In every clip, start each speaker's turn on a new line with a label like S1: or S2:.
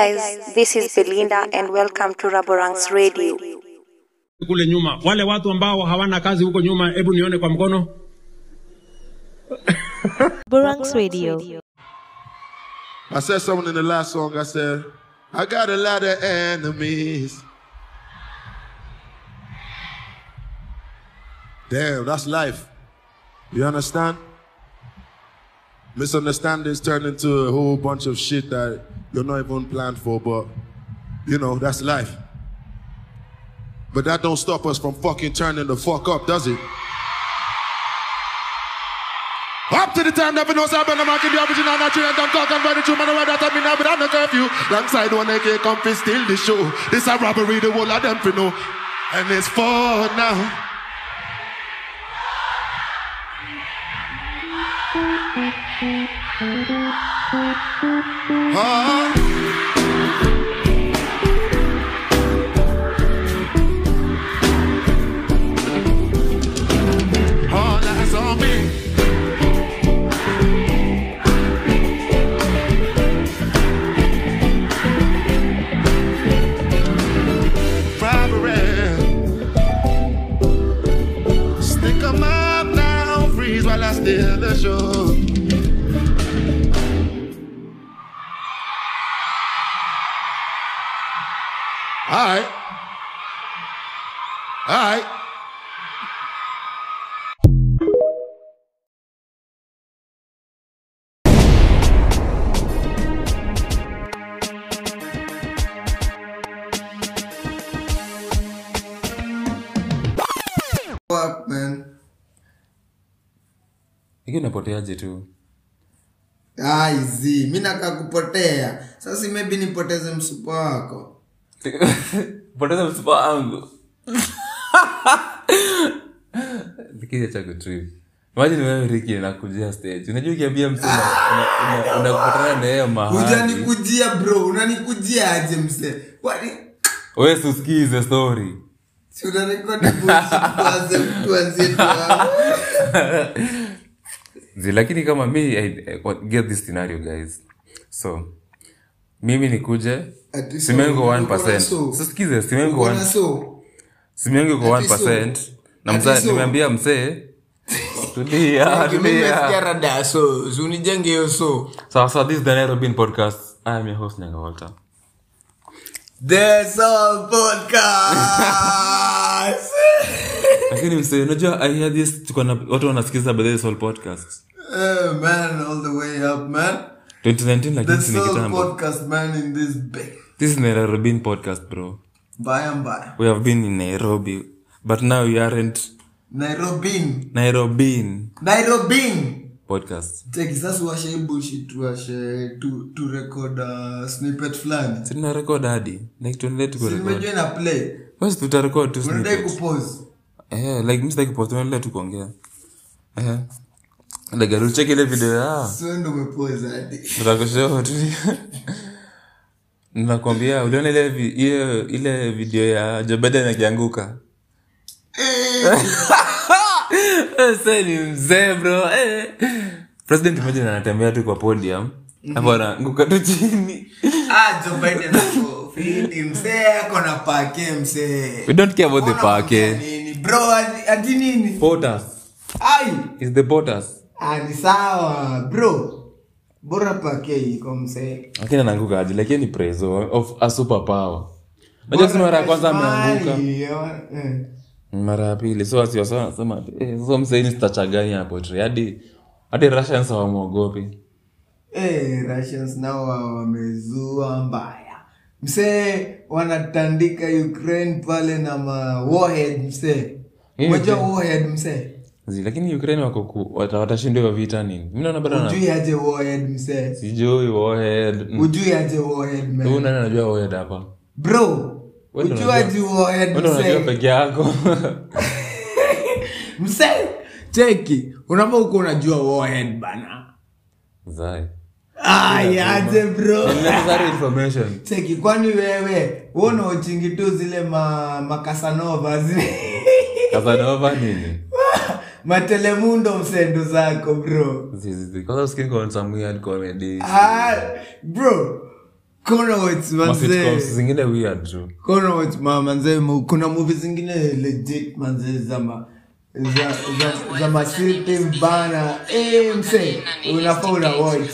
S1: guys, this is Belinda and welcome to Raborang's Radio.
S2: kule nyuma, wale watu ambao hawana kazi huko nyuma, hebu nione kwa mkono.
S3: Burangs Radio.
S4: I said something in the last song. I said, I got a lot of enemies. Damn, that's life. You understand? Misunderstandings turn into a whole bunch of shit that you're not even planned for, but you know, that's life. But that don't stop us from fucking turning the fuck up, does it? Up to the time that we know seven, I'm marking the original natural and I'm talking about the true man. Why that I mean, I'm not curfew. Langside one AK come fi steal the show. This a robbery, the whole of them fi know. And it's for now. Ah. All eyes on me. robbery. Stick 'em up now, freeze while I steal the show. All right. All right.
S5: Fuck, man.
S6: Hiki unapoteaje tu
S5: Ah, easy. mi nakaa kupotea sasa maybe nipoteze msupa wako
S6: poteza msupa wangu Nikija cha kutrip. Imagine wewe Ricky nakujia stage unajua ukiambia mtu una- una- una- unakutana na yeye mahali
S5: ujanikujia bro unanikujia aje mse Kwani-
S6: wewe susikize story
S5: si unarekodi bullshit kwanza mtu anzie tu-
S6: Zi, lakini kama mi I, I, what- get this scenario guys so mimi nikuje
S5: Ati so,
S6: simengo
S5: uko na
S6: 1%.
S5: so.
S6: Sisikize, simengo
S5: Uko na
S6: 1%.
S5: so
S6: simengi kwa
S5: Ati so.
S6: 1%. na
S5: Ati
S6: mzee
S5: so.
S6: nimeambia msee Ah, tulia tulia
S5: radas unijenge hiyo so
S6: sawa sawa this is the nairobi in podcast i am your host nyanga walter
S5: The Soul Podcast.
S6: lakini msee unajua i hear this tuko na watu wanasikiza by the soul podcast
S5: Eh, man all the way up man
S6: 2019
S5: The
S6: lakini si ni
S5: Soul
S6: kitambo
S5: Podcast man in this big
S6: this is nairobi in podcast bro
S5: by and by
S6: we have been in nairobi but now we aren't
S5: Nairobi
S6: nairobi in
S5: Nairobi
S6: podcast
S5: Texas washe hii bullshit washe tu tu record uh, snippet fulani
S6: Si tuna record hadi like tuendelee tuko
S5: Si nimejua
S6: record
S5: ina play
S6: wewe tuta record tu
S5: unadai
S6: snippet.
S5: kupause
S6: Eh, like mimi sitaki post tunaendelea tu kuongea. Eh. Like I'll check ile video ya.
S5: sio ndo umepause hadi
S6: Tutakushow tu. Ninakwambia uliona ile vi- ile ile video ya Jobeden akianguka. Eh, Sasa ni mzee bro. Eh. Mhm. President mmoja anatembea tu kwa podium. Hapo anaanguka tu chini.
S5: ah Joe Biden ako fiti msee ako na pake msee
S6: We don't care about the
S5: Unaongea
S6: park. eh.
S5: nini? bro ati- ati nini
S6: Potas.
S5: ai
S6: Is the potas.
S5: ah, ni sawa bro bora pake iko msee
S6: Lakini anaanguka aje? Lakini ni praise of a superpower. Unajua si mara ya kwanza ameanguka.
S5: eh.
S6: mara ya pili so wasiwasema eh, so msaini sitachagani hapo tri hadi hadi russians hawamwogopi
S5: hey, russians nao wa- wamezua mbaya msee wanatandika ukraine pale na ma warhead msee
S6: Hii
S5: moja
S6: Ukraine.
S5: warhead msee
S6: Zi, lakini ukraine wako ku- wata- watashindwa hiyo vita nini mi naona bado na-
S5: ujui aje warhead msee
S6: sijui warhead Mm.
S5: ujui aje warhead
S6: Huyu
S5: man
S6: nani anajua warhead hapa
S5: bro
S6: Wewe ndio
S5: ujui aje warhead
S6: Wewe ndio unajua
S5: msee
S6: peke yako
S5: msee cheki unapo uko unajua warhead bana
S6: Zai.
S5: ayaje bro
S6: Unnecessary information
S5: cheki kwani wewe uona uchingi tu zile ma, makasanova zile
S6: Casanova nini
S5: matelemundo msendo zako bro
S6: Zi, zi, zi. Kwanza usikie kwa some weird comedy
S5: ah, bro Conowitz, manzee.
S6: masitcoms zingine weird tu
S5: Conowitz, ma- manzee mu- kuna movie zingine legit manzee za ma- za za- za masiti bana Eh, msee unafaa una watch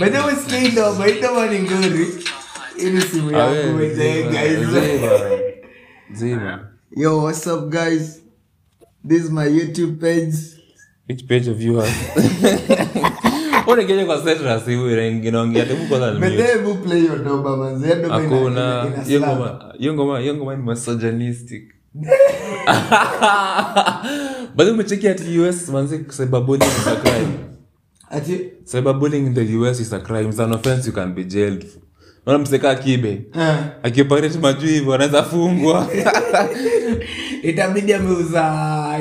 S5: by the way sikia hii noma hii noma ni nguri ili
S6: Ah,
S5: simu yangu
S6: Awe,
S5: mwenyewe
S6: zima,
S5: guys
S6: zima, zima
S5: Yo, what's up, guys? This is my YouTube page.
S6: which page of you has unaingiaje kwa setra siu inaongea tebu kwanza ni
S5: But
S6: mute.
S5: then we play your doba, man. Zia doba ina-
S6: hakuna
S5: ina- ina
S6: Hiyo
S5: slap.
S6: ngoma- hiyo ngoma hiyo ngoma ni misogynistic bahi umecheki ati us manzi cyberbullying is a crime
S5: Ati-
S6: cyberbullying in the us is a crime It's an offense you can be jailed for Unaona mseka akibe
S5: eh,
S6: akipareti majuu hivyo anaweza fungwa
S5: itabidi ameuza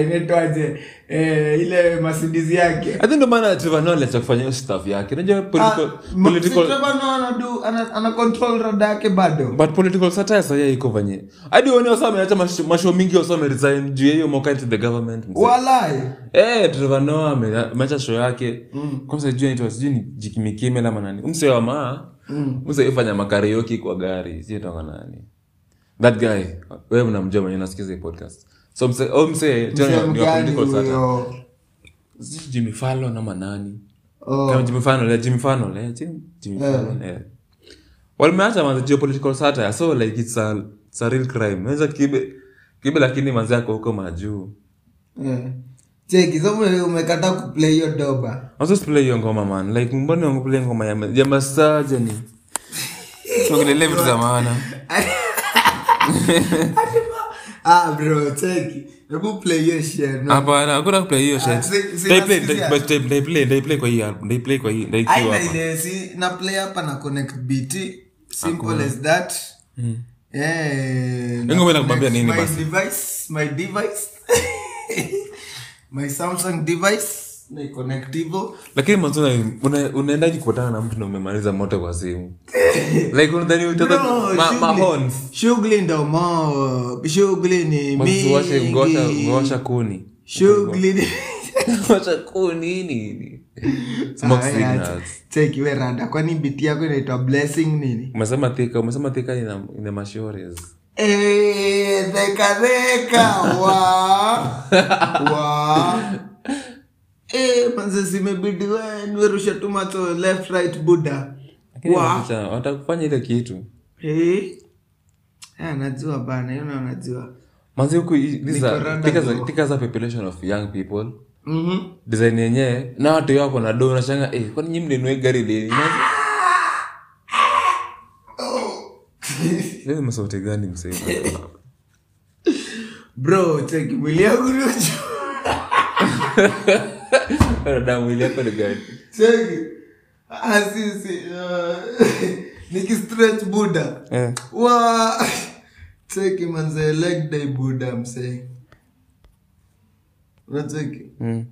S5: inaitwaje eh, ile masidizi yake
S6: Hadi ndo maana Trevor Noah aliacha kufanya hiyo stuff yake unajua political-
S5: Ah, ma- si
S6: political
S5: Trevor Noah anadu- ana- ana control rada yake bado
S6: but political satire sasa iko vanye hadi wani wasa ameacha masho- masho mingi wasa ameresign juu ya hiyo moka into the government mzee.
S5: walai
S6: Eh, Trevor Noah ame- ameacha show yake
S5: Mm.
S6: kwanza juu inaitwa sijui ni jikimikime ama nani umse wa maa
S5: Mm.
S6: umse ifanya makarioki kwa gari sijui toka nani that guy wewe unamjua mwenye nasikiza hii podcast so mse oh mse tena ni wa
S5: mgani
S6: political satire
S5: huyo
S6: sijui Jimmy Fallon ama nani
S5: Oh,
S6: kama Jimmy Fallon eh, Jimmy Fallon eh Jim- Jimmy Fallon eh walimeacha manze geopolitical satire so like it's a, it's a real crime unaweza kibe kibe lakini manzi yako huko majuu
S5: eh. cheki so ume- umekataa kuplay hiyo doba
S6: also play hiyo ngoma man like mbona wangu play ngoma ya ya masajani tuongelele vitu za maana
S5: ah, bro cheki hebu play hiyo shit, no?
S6: hapana hakuna kuplay hiyo
S5: Ah, si-
S6: shit
S5: si
S6: ndaiplay
S5: nasikia.
S6: ndaiplay ndaiplay ndaiplay kwa hii album ndaiplay kwa hii ndaikiwa
S5: aina
S6: hapa
S5: ile si na play hapa na connect bt simple as that Hmm. Eh, na
S6: Ngoma
S5: connect
S6: inakwambia nini
S5: my
S6: basi?
S5: device my device my samsung device na connect hivyo
S6: lakini mazuna unaendaji kuotana na mtu na umemaliza moto kwa simu like unadhani utata
S5: Bro,
S6: ma,
S5: shughuli-
S6: ma horns
S5: shughuli ndo mob shughuli ni
S6: Msiwashe- ngosha- ngosha
S5: mingi
S6: kuni
S5: shughuli ni
S6: ngosha kuni nini smoke
S5: Aya,
S6: signals
S5: che- cheki we rada kwani biti yako inaitwa blessing nini
S6: umesema thika umesema thika ina, ina mashores
S5: Eh, Deka deka wa wa Eh, manze zimebidi we niwerusha tu macho left right buda
S6: lakini
S5: Wa.
S6: inaficha- watakufanya ile kitu
S5: Eh. Ah, najua bana hiyo nayo najua
S6: manzi huku i- these are-
S5: Nikoranda
S6: Thika za-
S5: bro.
S6: Thika za population of young people
S5: Mhm.
S6: design yenyewe na watu wako na do nashanga eh, kwani nyi mlinue gari lini Manzi- Leo ni sauti Yaani, gani msee
S5: bro cheki mwili yangu ni uchu-
S6: damu ile hapo ni gani
S5: cheki Ah, si, si, ah, nikistretch buda
S6: Eh.
S5: wa cheki manze leg day buda msee unacheki
S6: Mm.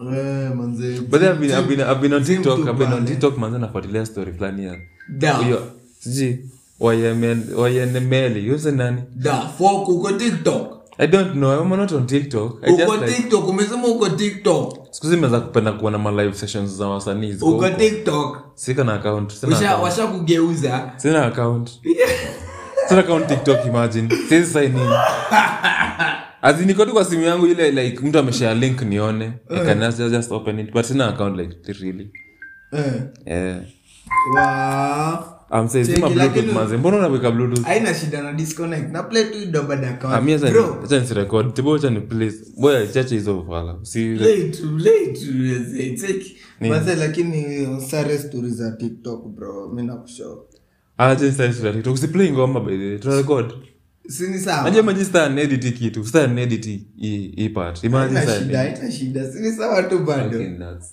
S5: Eh, manze.
S6: But then I've been, I've been, I've been on
S5: Gym
S6: TikTok,
S5: tu
S6: I've been on
S5: pale.
S6: TikTok manze nafuatilia story fulani ya
S5: Da.
S6: huyo siji wayenemeli yuse nani
S5: Da, fuck, uko tiktok
S6: i don't know I'm not on TikTok I
S5: uko
S6: just like
S5: tiktok umesema uko tiktok
S6: siku hizi nimeweza kupenda kuona ma live sessions za wasanii ziko
S5: uko
S6: huko.
S5: tiktok
S6: sika na account sina
S5: Washa-
S6: account
S5: washakugeuza
S6: sina account sina account TikTok imagine sisi sign in As in, niko tu kwa simu yangu ile like mtu ameshare link nione I can just, just open it but sina account like really
S5: Eh,
S6: yeah
S5: wa-
S6: I'm saying sima
S5: Cheki,
S6: bluetooth
S5: lakini-
S6: manze mbona unaweka bluetooth
S5: haina shida na disconnect na play tu idobada
S6: Ah, mi acha ni-
S5: bro
S6: acha nisirekodi. Tibo acha ni please. Boya, chache hizo ufala. Usi-
S5: Late, late, yes, it's like-
S6: Nini?
S5: Manze, lakini uh, sare stori za tiktok bro mi nakusho
S6: Ah, acha nisi- nisi- nisi- usiplay ngoma by the way. Tunarekod.
S5: sini sawa
S6: Najua imagine sasa naedit kitu. Sasa naedit hii- hii e, part. Imagine
S5: Haina
S6: sasa
S5: shida
S6: naedit.
S5: haina shida sini sawa tu bado
S6: Fucking nuts.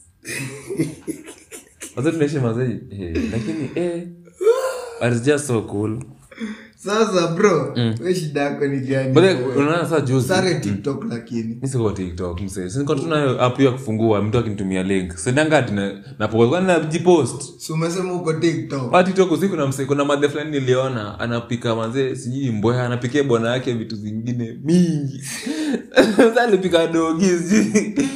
S6: Wazee tunaishi mazee, eh, lakini, eh, but it's just so cool.
S5: sasa bro
S6: Mm.
S5: we shida yako ni gani
S6: But then,
S5: wewe?
S6: unaona sasa juzi-
S5: sare tiktok lakini
S6: Mi siko kwa tiktok msee siko tunayo app ya kufungua mtu akinitumia link sendangati napokwani najipost
S5: si umesema uko tiktok
S6: atitokusi kuna mse kuna madhe fulani niliona anapika mazee sijui mbweha anapikia bwana yake vitu zingine mingi Sasa alipika dogi sijui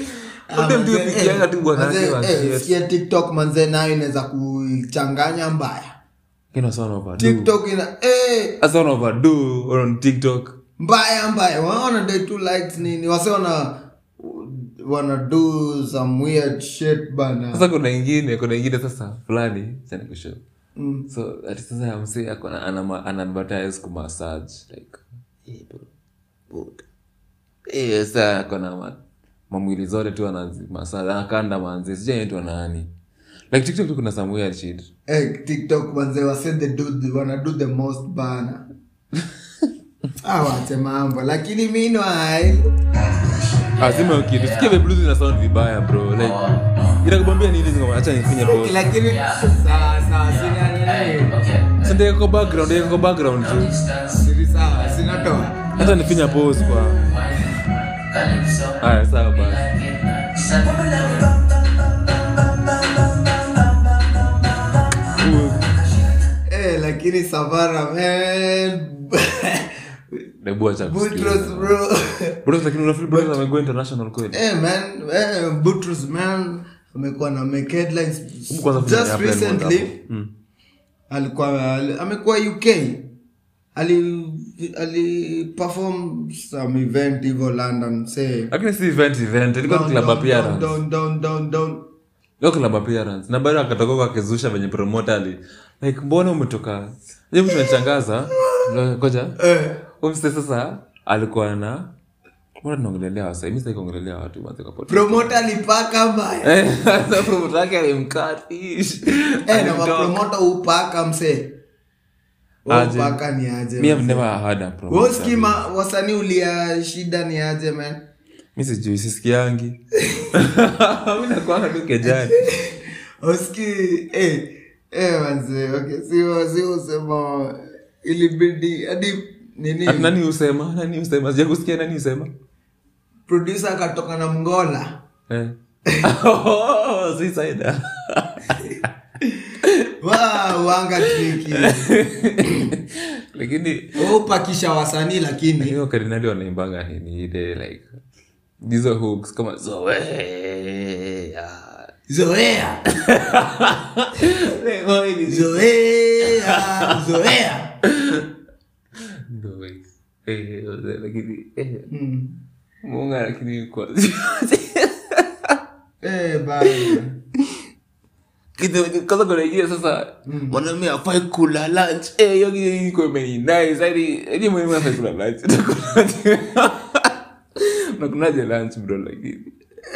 S5: Ah,
S6: Ule mtu
S5: eh,
S6: pikianga tu bwana yake wa shit.
S5: sikia tiktok manze nayo inaweza kuchanganya mbaya
S6: Kina sana overdo.
S5: tiktok ina eh,
S6: Sasa wana overdo on TikTok.
S5: mbaya mbaya wanaona they two likes nini wase wana wana do some weird shit bana
S6: Sasa kuna ingine, kuna ingine sasa fulani, sasa nikushow.
S5: Mm.
S6: So ati sasa ya msee ako na- ana ma- ana advertise ku massage like hey bro. Good. Eh sasa ako na ma- mamwili zote tu anazi massage, anakanda manzi, sijaitwa nani. Like TikTok tu kuna some weird shit.
S5: eh, tiktok wanze wase they do the- wana do the most bana awache mambo lakini meanwhile
S6: azima kitu sikia vile blues ina sound vibaya bro like inakuambia nini ngoma acha nifanye bro
S5: lakini sawa sawa sina nini
S6: sende kwa background yako kwa background tu
S5: siri sawa sina toa
S6: hata nifinya pause kwa haya sawa basi
S5: eh, lakini savara man
S6: debu acha
S5: Boutros
S6: kusikia
S5: bro
S6: bro lakini unafeel bro amekuwa international kweli
S5: eh man eh, Boutros man amekuwa na make headlines
S6: Hebu kwanza fanya
S5: just
S6: headline
S5: recently
S6: hapo. Mm.
S5: alikuwa ali- amekuwa UK ali ali perform some event hivyo London say
S6: lakini si event event ilikuwa ni
S5: Down,
S6: club
S5: down,
S6: appearance
S5: down, down, down, down.
S6: ilikuwa club appearance na baada akatoka akizusha venye promoter ali like mbona umetoka je mtu anachangaza ngoja
S5: Eh.
S6: umse sasa alikuwa na mbona tunaongelelea wasa mimi sasa kuongelelea watu manze kwa podcast
S5: promoter alipaka mbaya
S6: Eh, sasa promoter yake alimcutfish.
S5: eh, na
S6: Alimtoa.
S5: mapromoter upaka msee
S6: Aje.
S5: upaka ni aje
S6: Me have
S5: msee.
S6: never had a promoter.
S5: woskima wasanii ulia shida ni aje man
S6: Mi sijui sisikiangi mi nakwanga tu kejani
S5: oski eh, eh, manze okay sio sio sema ilibidi hadi nini
S6: Ati nani usema nani usema sija kusikia nani usema
S5: producer akatoka na mngola
S6: Eh. Oh, suicide.
S5: Wow, wanga triki
S6: lakini
S5: upakisha wasanii lakini
S6: hiyo kardinali wanaimbanga nini ile like hizo hooks kama zoea
S5: zoea zoea zoea
S6: Ndo we- eh, eh, lakini eh,
S5: Mm.
S6: munga lakini kwa-
S5: eh, bana.
S6: Kitu- kwanza kuna ingine sasa mwanaume afai kula lunch Eh, hiyo kitu iko Yaani, imeninai zaidi ili mwanaume afai kula lunch Utakulaje? unakulaje lunch bro lakini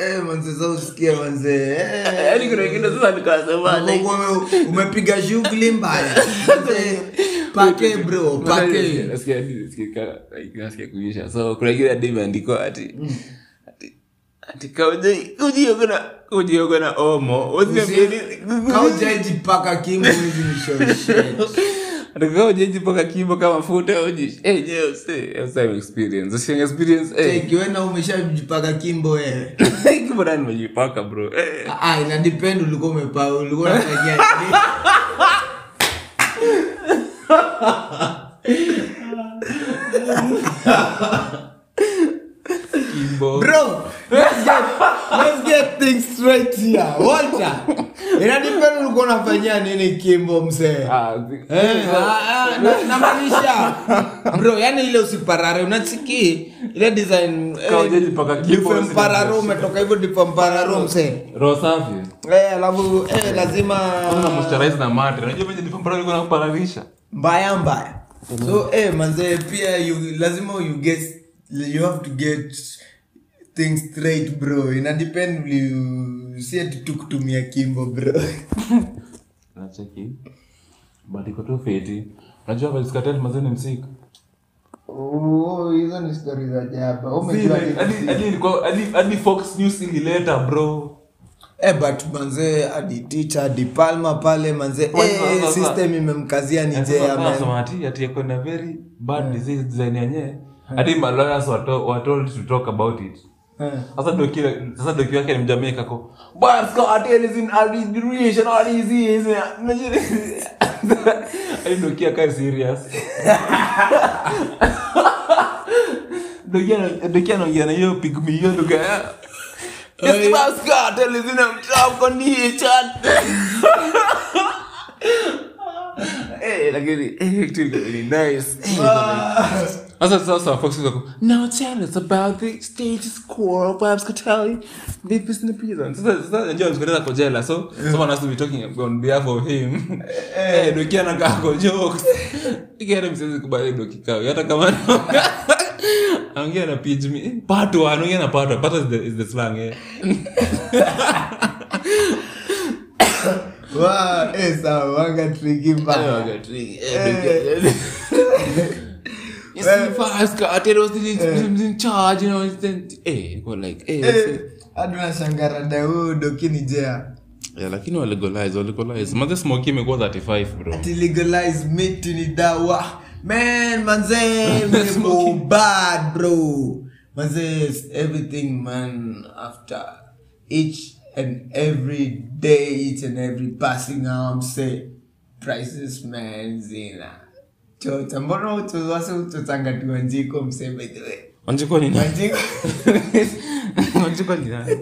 S5: Eh, manze sasa usikie manze Eh.
S6: yaani kuna ingine sasa nikasema like,
S5: Ume- umepiga shughuli mbaya Eh, pake bro pake
S6: Nasikia- nasikia ka- like, nasikia kuisha so kuna ingine hadi imeandikwa ati ati- ati kauje- kujioko na- kujioko na omo Usiamini-
S5: kaujajipaka kimbo hizi ni sure shit.
S6: Atakuwa ujeji mpaka kimbo kama futa uji. Eh, je, usi- usi have experience. Usi have experience, eh.
S5: Take, wena umeshajipaka kimbo wewe
S6: Kimbo nani umejipaka, bro? Eh.
S5: Ah, ina depend ulikuwa umepa ulikuwa unafanyia nini bro let's get, let's get things straight here Walter ina depend ulikuwa unafanyia nini kimbo mzee
S6: Ah, zi-
S5: Eh, ah, ah, na- namaanisha bro yani ile usiparare unachiki ile design eh,
S6: Kama hujajipaka kipo,
S5: different
S6: usina-
S5: pararo umetoka hivyo dipampararo mse
S6: Roho safi.
S5: Eh, alafu eh, lazima
S6: Kwanza moisturize na mate. Unajua venye ndipo mpaka ulikuwa unakupararisha.
S5: mbaya mbaya so eh, manze pia you, lazima you get you have to get things straight bro ina depend uli- si ati tu kutumia kimbo bro
S6: Nacheki. But iko tu fiti. Unajua Vybz Kartel mazee ni msika.
S5: Oh, hizo ni stori za jaba umejua
S6: Hadi- hadi ilikuwa- hadi- hadi Fox News ilileta, bro.
S5: Eh, but manze hadi tita hadi palma pale manze
S6: Wait,
S5: eh,
S6: wait, wait,
S5: system imemkazia ni
S6: Eh, sasa
S5: jea
S6: watu
S5: man Eh.
S6: wanasema ati- ati ako na very bad disease design yenyewe. Hadi my lawyers wato- were told to talk about it.
S5: Eh.
S6: sasa doki- sasa doki wake ni mjamaica ko "But Scott Hill is in a relation or is he is in a-" Yaani doki akae serious Doki ana- doki anaongea na hiyo pigmi hiyo doka ya- "Yes, but Scott Hill is in a tough condition." Eh, eh, lakini eh, kitu ilikuwa ni nice Eh,
S5: Ah.
S6: ilikuwa nice. sasa sasa Fox wako now tell us about the status quo perhaps could tell you this is the prison sasa sasa unajua msikoleza kwa jela so someone has to be talking on behalf of him eh ndio kia na kako jokes ikienda msezi kubali ndio kikao hata kama anaongea na page me patwa anaongea na patwa patwa is the is the slang eh
S5: Wow, eh, sawa, wanga triki
S6: Eh,
S5: mbaya.
S6: You see, fast car, there was this- this in charge, you know, it's then- eh, it was like, eh,
S5: Eh,
S6: see.
S5: hadi oh, unashangarada huu dokini jea
S6: Yeah, lakini walegolize walegolize maze smoki imekuwa 35 bro
S5: Ati legalize miti ni dawa man manze mbo bad bro manze it's everything man after each and every day each and every passing hour mse prices man zina chota mbona utowase utotangatiwa njiko mse by the way
S6: wanjikwa ni nani?
S5: manjiko
S6: wanjikwa ni nani?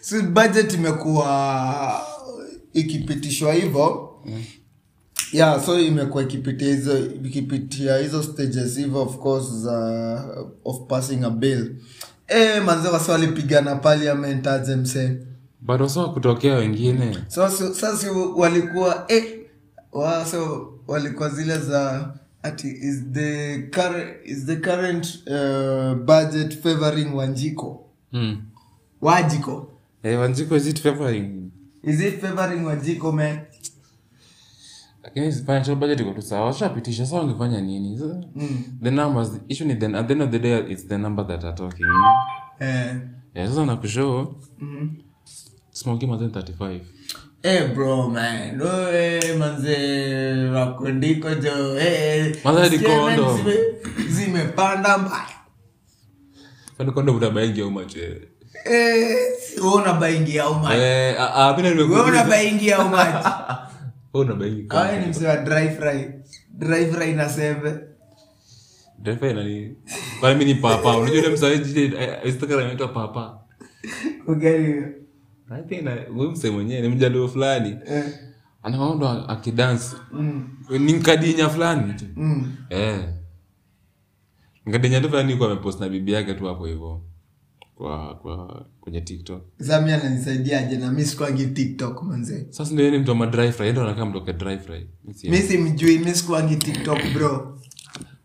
S5: so budget imekuwa ikipitishwa hivyo yeah so imekuwa ikipitia hizo ikipitia hizo stages hivyo of course za of passing a bill eh manze wasi walipigana parliament aje msee
S6: bado sawa kutokea wengine
S5: so so- sasa walikuwa eh, wa- so walikuwa zile za ati is the current, is the current uh, budget favoring wanjiko
S6: Hmm.
S5: wajiko
S6: Eh, wanjiko is it favoring
S5: Is it favoring Wanjiko man?
S6: lakini financial budget iko tu sawa washapitisha sawa wangefanya nini So, the numbers the issue ni then at the end of the day it's the number that are talking you know?
S5: Eh.
S6: Yeah, sasa nakushow Hmm. smoki mazen 35
S5: Eh bro man. Oe manze wakundiko jo. Eh.
S6: Manze ni
S5: Sikia, man,
S6: condom.
S5: zime- Zimepanda mbaya.
S6: kanikondo utabaingia umache
S5: Eh, wewe unabaingia au maji?
S6: Eh, ah,
S5: Wewe unabaingia au maji? Kawa ni mzee wa dry fry. Dry fry na sembe.
S6: kwani ni papa unajua ile msanii instagram inaitwa papa
S5: Ugari hiyo.
S6: I think na- huyu msee mwenyewe ni mjaluo fulani
S5: Eh.
S6: anaondo akidansi
S5: Mm.
S6: ni mkadinya fulani tu
S5: Mm.
S6: Eh. mkadinya tu fulani ikuwa amepost na bibi yake tu hapo hivo kwa kwa kwenye tiktok
S5: Zami ananisaidiaje na mimi sikwangi TikTok manze.
S6: sasa ndio yeye ni mtu wa madry fry ndo anakaa mtoke dry fry Mi si-
S5: Mimi simjui, mimi sikwangi TikTok bro.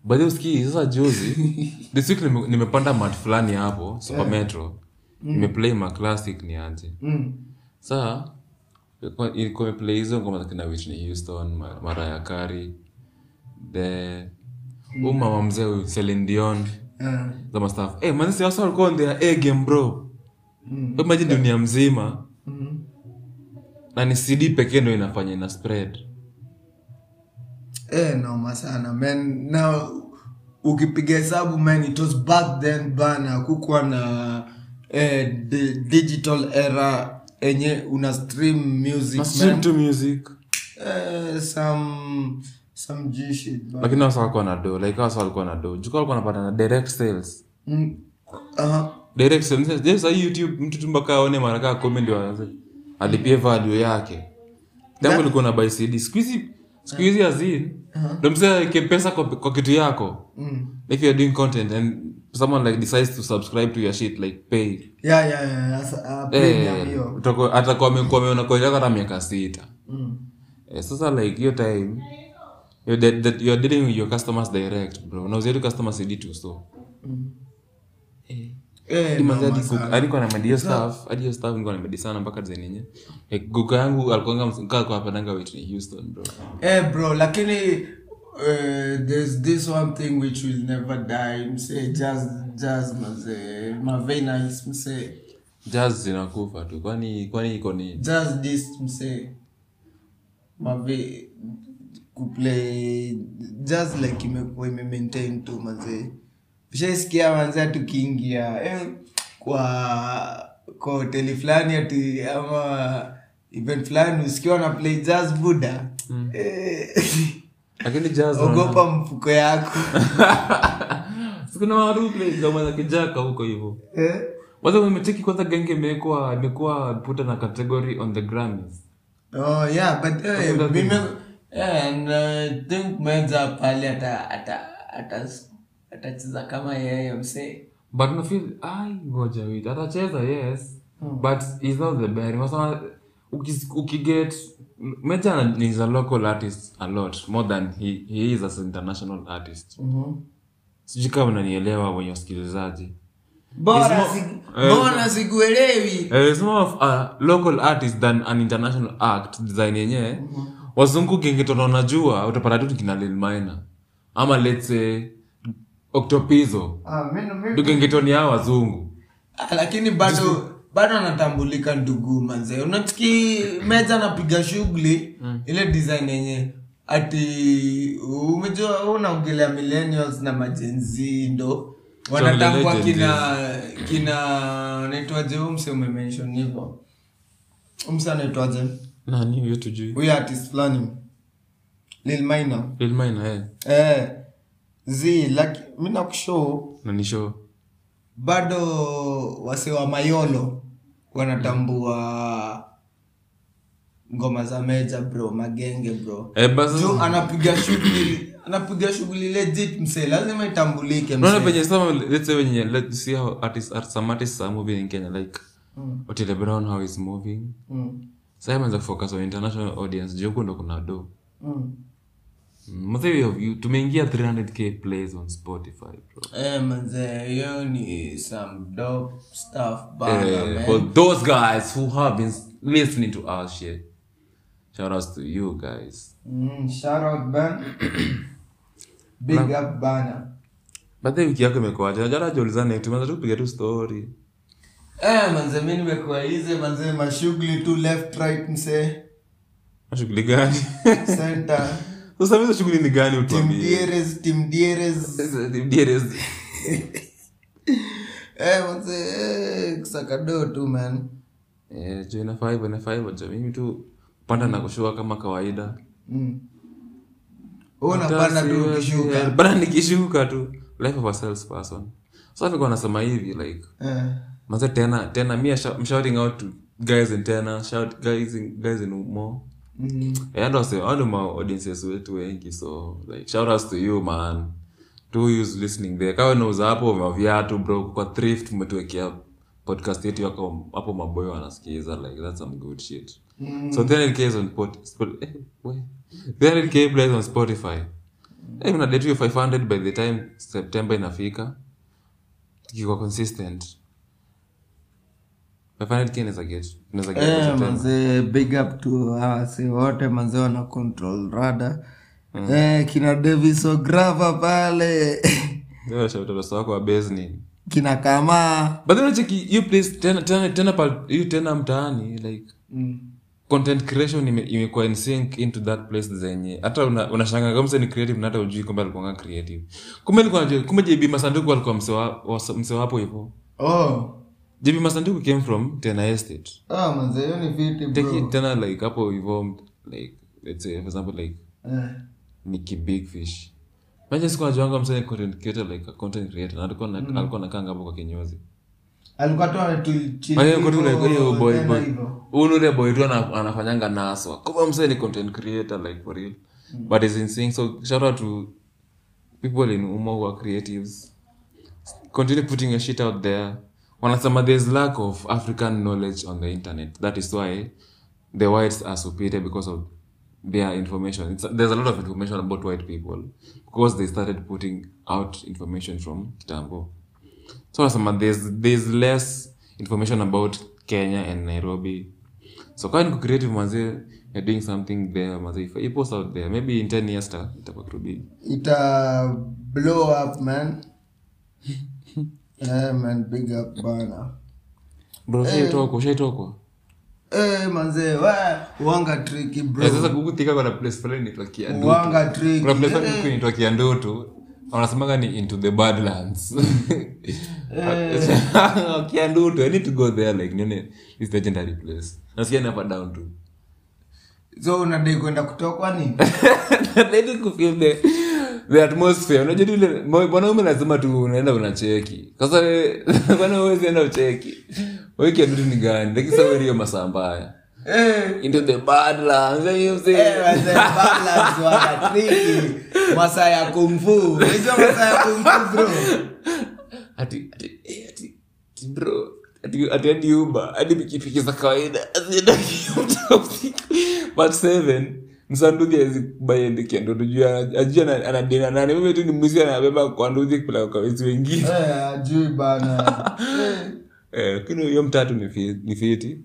S6: By the way, usikii sasa juzi this week nime- nimepanda mat fulani hapo super metro nimeplay ma classic nianje
S5: Mm.
S6: saa ilikuwa- ilikuwa imeplay hizo ngoma za kina Whitney Houston Ma- Mariah Carey the
S5: Mm.
S6: huyu mama mzee huyu Celine Dion
S5: Eh.
S6: za mastafu eh manzi sasa walikuwa on their A game bro mm. imagine dunia mzima
S5: Mm.
S6: na ni CD pekee ndio inafanya ina spread
S5: Eh, noma sana man na ukipiga hesabu man it was back then bana kukuwa na eh, di- digital era enye una stream music
S6: na
S5: man.
S6: stream to music
S5: Eh, some some G shit bana.
S6: lakini wasa walikuwa na do like wasa walikuwa na do juka walikuwa wanapata na direct sales
S5: Mm, aha.
S6: direct sales je sasa hii youtube mtu tu mpaka aone mara kaa kumi ndio aanze alipie value yake tangu nilikuwa na buy cd siku hizi siku hizi azin ndo mzee aweke pesa kwa, kwa kitu yako
S5: Mm.
S6: if you're doing content and someone like decides to subscribe to your shit like pay
S5: Yeah, yeah, yeah, yeah. Sa- ah, premium
S6: eh
S5: hiyo.
S6: utakuwa- hata kwa amekuwa ameona kwa yako hata miaka sita
S5: Mm.
S6: eh, sasa like hiyo time you're, de- that you're dealing with your customers direct bro na uzetu customer cd tu so
S5: Eh, noma sana.
S6: alikuwa na medio staff hadi hiyo staff nilikuwa na medio sana mpaka design yenyewe Like, guka yangu alikuanga ms- kaa kwa padanga Whitney Houston bro
S5: Eh, bro lakini Uh, there's this one thing which will never die msee jazz jazz mazee mavenis msee
S6: jazz zinakufa tu kwani kwani iko ni
S5: just this mse mave kuplay just like imekuwa imemaintain tu manze ushaisikia manze hatukiingia eh, kwa kwa hoteli fulani ati ama event fulani usikiwa na play jazz buda eh,
S6: lakini jazz
S5: ogopa mfuko yako
S6: sikuna watu play za mwana kijaka huko hivyo
S5: Eh,
S6: wazo umetiki kwanza genge imekuwa imekuwa puta na category on the grammys
S5: oh yeah but eh,
S6: Hakuna
S5: mimi
S6: thing.
S5: Yeah, and I think Menza pale ata ata ata atacheza kama yeye msee.
S6: but nafil ai ngoja wit atacheza yes
S7: Hmm.
S6: but is not the best masana ukiget meja ni- is a local artist a lot more than he, he is as an international artist
S7: Mm-hmm.
S6: sijui kama unanielewa wenye wasikilizaji
S5: Bora
S6: It's
S5: si,
S6: more- eh,
S5: bora sikuelewi.
S6: Eh, it's more of a local artist than an international act design yenyewe
S7: Mm-hmm.
S6: wazungu kingitona unajua utapata tu kina Lil Minor ama let's say octopizo
S7: Ah, mimi- mimi-
S6: dugengetoni hao wazungu
S5: Ah, lakini bado bado anatambulika ndugu manze unachiki meza anapiga shughuli ile design yenye ati umejua wewe unaongelea millennials na majenzi ndo wanatambua
S6: Tuongelee Gen
S5: kina kina naitwaje huyu mse umemention hivyo Huyu mse anaitwaje
S6: nani huyo tujui
S5: huyu artist fulani Lil Minor
S6: Lil Minor eh
S5: eh zi laki mimi nakushow
S6: nanisho
S5: bado wase wa mayolo wanatambua ngoma za meja bro magenge bro
S6: eh basi
S5: juu anapiga shughuli anapiga shughuli legit msee lazima itambulike
S6: unaona
S5: msee
S6: penye sama let's say wenye let's see how artists are some artists are moving in Kenya like mm. Otile Brown how is moving
S5: Mm,
S6: sasa ameanza kufocus on international audience juu huko ndo kuna do
S5: mm.
S6: mzee of you tumeingia 300k plays on Spotify bro
S5: Eh, manzee hiyo ni some dope stuff bana,
S6: eh,
S5: Ah, man.
S6: for those guys who have been listening to our shit shout outs to you guys
S5: Mm, shout out bana. big up bana
S6: but then wiki yako imekuaje jana jiulizane tumeanza tu kupiga tu story
S5: eh, manzee mi nimekuwa hizi manzee mashughuli tu left right msee
S6: shughuli gani
S5: center
S6: sasa hizo shughuli ni gani
S5: Team
S6: utuambie
S5: Dieres, Team Dieres.
S6: Dearest.
S5: Eh, manze, eh, kusaka do tu man.
S6: Eh, jo inafaa hivyo inafaa hivyo jo mimi tu panda na kushuka kama kawaida
S5: Wewe unapanda
S6: Hata
S5: tu
S6: siwezi, eh,
S5: ukishuka.
S6: bana nikishuka tu life of a salesperson so nilikuwa nasema hivi like
S5: Eh,
S6: maza tena tena mi asha- I'm shouting out to guys in tena shout guys in, guys in umo Eh, and also all of my audiences wetu wengi so like shout outs to you man to who's listening there kawa nauza hapo maviatu bro kwa thrift umetuwekea podcast yetu yako hapo maboyo wanasikiza like that's some good shit so 300k is on pot, spot, eh, we- 300k plays on spotify eh mna date hiyo 500 by the time september inafika tukikuwa consistent 500k inaweza get inaweza get kwa
S5: Eh,
S6: September.
S5: manze, big up to wase wote manze wana control rada.
S6: Mm.
S5: Eh, kina Davis Ograva pale.
S6: Wewe Eh, shout out wasa wako wa base ni
S5: kina Kama.
S6: but then cheki hiyo place tena tena tena pa hiyo tena mtaani like content creation ime- imekuwa in sync into that place zenye hata una- unashangaa kama mse ni creative na hata ujui kwamba alikuwa creative kumbe alikuwa anajua kumbe JB Masanduku alikuwa mse wa wa- mse wapo hivyo
S5: Oh.
S6: JB Masanduku came from Tena Estate
S5: Ah, manze, hiyo ni fiti
S6: take
S5: bro.
S6: it tena like hapo hivyo like let's say for example like
S5: Eh.
S6: Nicky Big Fish. Imagine siku anajuanga msanii content creator like a content creator. Na Alikuwa na, alikuwa anakaanga hapo kwa kinyozi.
S5: Alikuwa tu anatul- chill
S6: Imagine kwa tule
S5: hivyo,
S6: kwa hiyo boy
S5: Oh, tena
S6: boy.
S5: hivyo.
S6: Huyu ni ule boy tu ana- anafanyanga naso. Kwa msanii ni content creator like for real. But is in sync so shout out to people in Umo who are creatives. Continue putting your shit out there. Wanasema there's lack of African knowledge on the internet. That is why the whites are superior because of their information. It's, there's a lot of information about white people because they started putting out information from Kitambo. So wanasema there's, there's less information about Kenya and Nairobi. So kwa niko creative manze, you're doing something there manze. If you post out there, maybe in 10 years ta- itakuwa too big.
S5: ita blow up man eh, man big up bana
S6: Bro, ushaitokwa, ushaitokwa.
S5: eh, manzee wa wanga triki
S6: Eh,
S5: bro
S6: Sasa kukutika kuna place fulani inaitwa Kiandutu.
S5: wanga triki
S6: Kuna place fulani
S5: Eh,
S6: huku inaitwa Kiandutu. Wanasemanga ni into the badlands. Kiandutu, I need to go there like nione this legendary place. Nasikia ni hapa down too.
S5: so unadai kwenda kutokwa ni
S6: Nataka kufeel the the atmosphere. Unajua tu ile mwanaume lazima tu unaenda unacheki. Sasa wewe- bwana wewe usienda ucheki. Wewe Kiandutu ni gani? Lakini sasa wewe hiyo masaa mbaya.
S5: Eh,
S6: into the badlands eh, you see.
S5: eh, wazee, balance wana tricky. masaa ya kumfu unajua masaa ya kumfu bro
S6: Ati- ati- eh, ati- ati bro, ati- ati hadi uba hadi pikipiki za kawaida aziendakimta usiku but seven msanduthi azibaendikiandotujua ajui ana- anadina nani mimi tu ni mwizi anabeba kwa nduthi kupeleka kwa wezi wengine
S5: Eh, ajui bana
S6: Eh, lakini hiyo mtatu ni fi- ni fiti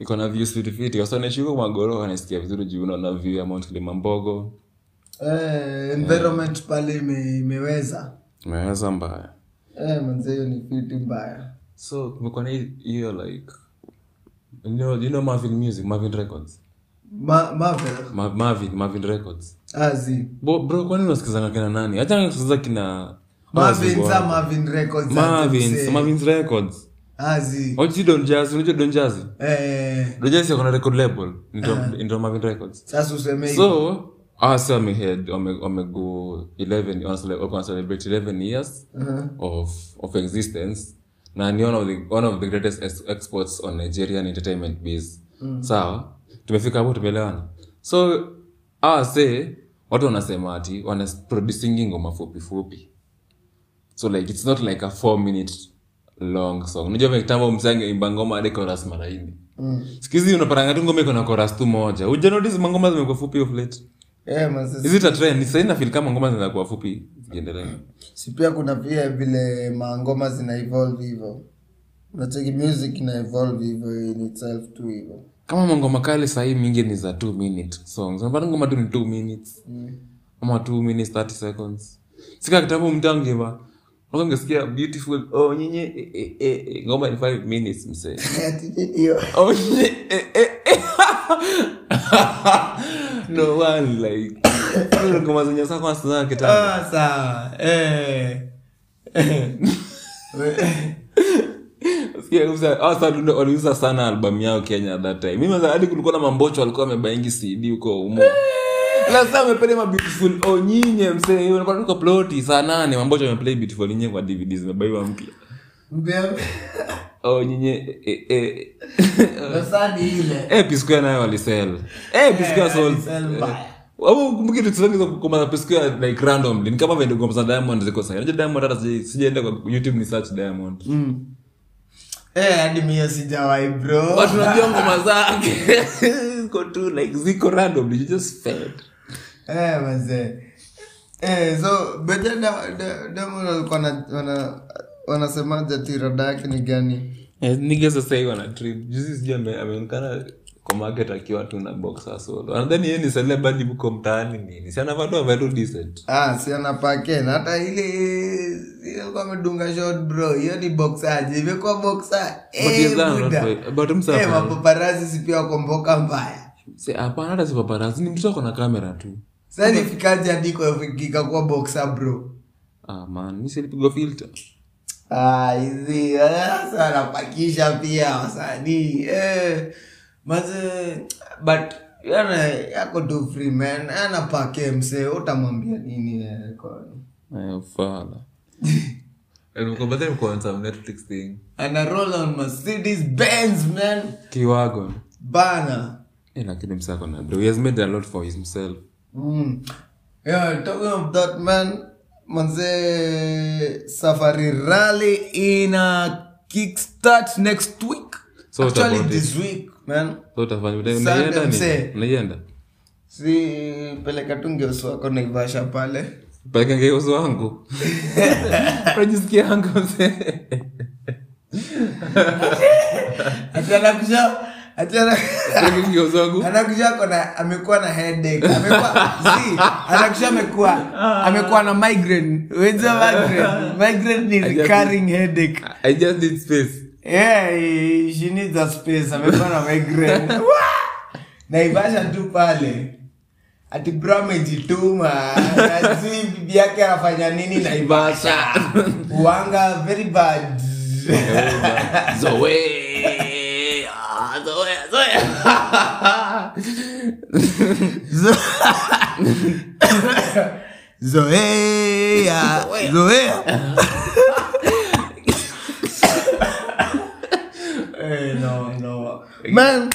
S6: iko na views fiti fiti Kwa sababu naishi huko magorofa nasikia vizuri juu unaona view ya mount kilimambogo
S5: Eh, environment pale ime- imeweza
S6: imeweza mbaya
S5: Eh, manze hiyo ni fiti mbaya
S6: so kumekuwa na hii- hiyo like you know, you know marvin music marvin records
S5: Ma- Marvel,
S6: Ma marvin marvin records
S5: azi
S6: Bo, bro kwani unasikizanga kina nani hata nasikiliza kina
S5: Marvin
S6: Wazungu
S5: za
S6: wangu.
S5: Marvin Records,
S6: Marvin's,
S5: azi.
S6: Marvin's records
S5: azi
S6: wachi don jazz unajua don jazz
S5: Eh,
S6: don jazz akona record label ndio ndio marvin records
S5: sasa useme hivi.
S6: so asi wamehead wamego 11 wanacele- wako wanacelebrate 11 years of, of existence na ni one of the, one of the greatest ex exports on nigerian entertainment base sawa tumefika hapo tumeelewana so awase watu wanasema ati wana producingi ngoma fupi fupi so like its not like a four minute long song unajua vile kitambo msange imba ngoma hadi chorus mara nne sikizi unapatanga tu ngoma iko na chorus tu moja ujanodis mangoma zimekuwa fupi of late
S5: Eh, manze,
S6: is it a trend sasa hivi nafeel kama ngoma zinakuwa fupi ziendelee
S5: si pia kuna pia vile mangoma zina evolve hivyo nacheki music ina evolve hivyo in itself tu hivyo
S6: kama mangoma kale sahii mingi ni za two minute songs unapata ngoma tu ni two minutes ama two minutes thirty seconds sika kitabu mtangeva ungesikia beautiful oh nyinyi eh, eh, eh, eh, ngoma ni five minutes msee
S5: Ati nini hiyo?
S6: Oh, yeah. Eh, eh, eh. no one like ngoma zenye sako sana kitambo
S5: Ah, sawa Eh.
S6: Sikia, usa- hawa sasa ndio waliuza sana albamu yao kenya at that time mimi sasa hadi kulikuwa na mambocho walikuwa wamebaingi cd huko umo sasa amepele ma beautiful oh nyinye msee unapata tuko ploti saa nane mambocho ameplay beautiful nyinye kwa dvd zimebaiwa mpya
S5: Mbea-
S6: oh nyinye eh, eh,
S5: Sasa ni ile
S6: eh, P Square nayo walisell eh, P Square sold.
S5: walisell mbaya.
S6: Au kumbuki tu tuseme hizo ngoma za P Square like randomly ni kama vile ngoma za Diamond ziko sasa. Unajua Diamond hata sija- sijaenda kwa YouTube ni search Diamond.
S5: Eh, hadi mie sijawahi bro
S6: Watu wanajua ngoma zake. Ziko tu like ziko randomly you just fed.
S5: Eh, manze. Eh, so beje da- da- demo walikuwa na- wana- wanasemaje ati rada yake ni gani
S6: Eh, Nigga sasa hivi wana trip. Juzi sijui ame- ameonekana kwa market akiwa tu na boxer solo. Anadhani yeye ni celebrity huko mtaani nini. Si anavaa vitu decent.
S5: Ah, si anapake na hata ile ile alikuwa amedunga shot bro hiyo ni boxaji imekuwa boxa Eh,
S6: yes, that not right. But msa-
S5: mapaparazi si pia wakomboka mbaya
S6: Si hapana hata si paparazzi ni mtoto akona kamera tu.
S5: sasa nifikaje hadi kwa- ikakuwa boxa bro
S6: Ah man, mimi silipigwa filter.
S5: Ah, hizi ah, sasa wanapakisha pia wasanii eh, maze but yana yako tu free man anapake msee utamwambia nini eh, kwa-
S6: Eh, fala. Nilikuwa Eh, baadaye nilikuwa on Netflix thing.
S5: ana roll on Mercedes Benz man
S6: Kiwago.
S5: bana
S6: Eh, lakini msako na bro. He has made a lot for himself.
S5: mm. yeah, talking of that man manze safari rally ina kickstart next week
S6: So what
S5: actually
S6: about
S5: this week man
S6: So utafanya vile
S5: Sunday,
S6: unaienda
S5: msee.
S6: ni. Unaienda.
S5: si peleka tu ngeusi wako naivasha pale
S6: Peleka ngeo uso wangu. Unajisikia wangu mzee.
S5: Ati anakuja ati ana-
S6: Peleka ngeo uso wangu.
S5: anakuja kona amekuwa na headache amekuwa si anakuja amekuwa amekuwa na migraine wenza migraine
S6: Ah.
S5: migraine ni recurring headache
S6: I just need space.
S5: yeah she needs a space amekuwa na migraine Wah! naivasha tu pale ati bro amejituma najui uh, bibi yake anafanya nini naivasha uanga very bad
S6: Zoe. Ah, Zoe, Zoe.
S5: zoea zoea Eh, no, no. man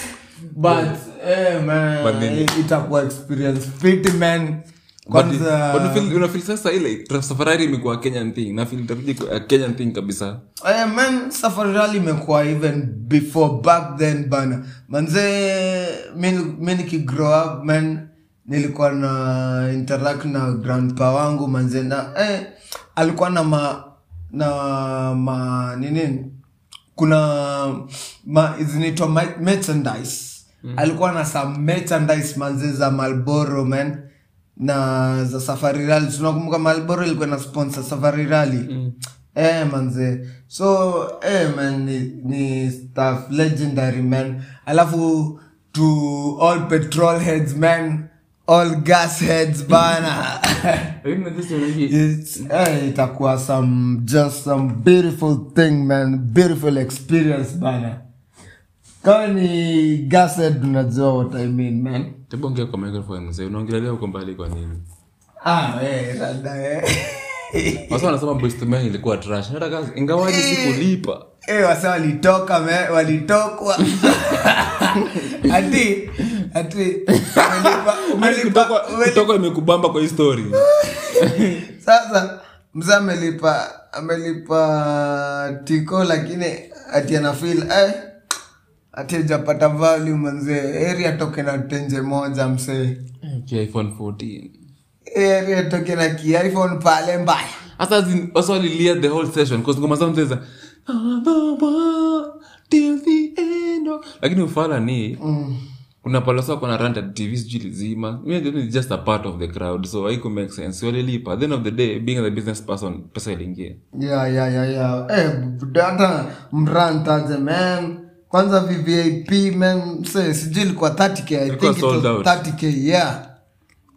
S5: but eh,
S6: But
S5: man
S6: nini?
S5: itakuwa experience fit man
S6: But-
S5: kwanza
S6: but unafeel- unafeel sasa ile tra- safari imekuwa kenyan thing nafil itarudi kuwa kenyan thing kabisa
S5: Eh, man safari rally imekuwa even before back then bana manze mi- mi nikigrow up man nilikuwa na interact na grandpa wangu manze na eh, alikuwa na ma na ma nini kuna ma, zinaitwa ma- merchandise alikuwa na some merchandise manze za malboro man na za safari rally tunakumbuka malboro ilikuwa na sponsor safari rally eh manze so eh man ni, ni staff legendary man alafu to all petrol heads man all gas heads bana It's- eh, itakuwa some just some beautiful thing man beautiful experience bana kama ni gas head unajua what i mean man
S6: Hebu ongea kwa microphone mzee unaongelea uko mbali kwa nini
S5: ah eh rada eh
S6: wasa wanasema Boyz II Men ilikuwa trash Hata kazi- ingawaje sikulipa
S5: Eh, wasa walitoka me- walitokwa ati ati umelipa- umelipa-
S6: Yaani Kutokwa-
S5: umelipa-
S6: kutokwa imekubamba kwa histori
S5: sasa mzee amelipa amelipa tiko lakini ati anafil eh, ati ajapata value manzee heri atoke na tenje moja msee
S6: iphone 14
S5: heri atoke na kiiphone pale mbaya
S6: hasa zi- wasa walilia the whole session cause ngoma zao ni zile za "Ababa, till the end of-" lakini ufala ni kuna palosa kuna randa tv sijui zima Mi ndio ni just a part of the crowd so haiku make sense walilipa At the end of the day being the business person pesa iliingia
S5: yeah yeah yeah yeah eh dada mrantaje man kwanza vvip man se sijui ilikuwa 30k i
S6: Ilikuwa
S5: think it was
S6: sold out.
S5: 30k yeah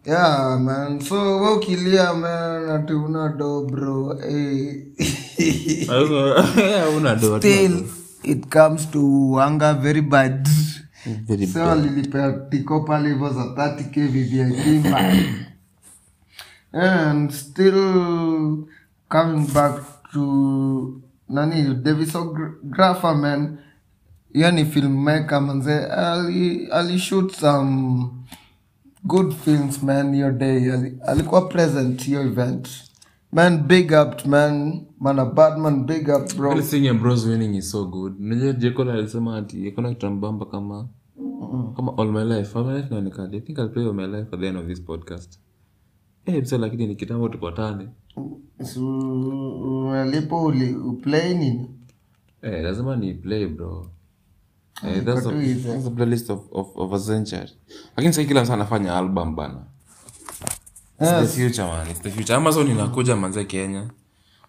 S5: yeah man so we ukilia man ati una do bro eh.
S6: una do
S5: still it comes to anger very bad
S6: Very
S5: so lilipea tiko pale hivyo za 30k vvip man. and still coming back to nani davis O'Grafa man hiyo ni filmmaker manze ali, ali shoot some good films man hiyo day ali, alikuwa present hiyo event man big up man mana batman big up bro
S6: Really seeing your bros winning is so good unajua jekola alisema ati kuna kitu mbamba kama kama all my life all my life inaonekana i think i'll play all my life at the end of this podcast eh msa lakini ni kitambo tupatane
S5: So, unalipo uli uplay nini
S6: eh lazima ni play bro
S5: Ah,
S6: eh that's a,
S5: tu hizo.
S6: that's a playlist of of of a century lakini sasa kila mtu anafanya album bana It's the future man it's the future amazon inakuja manze kenya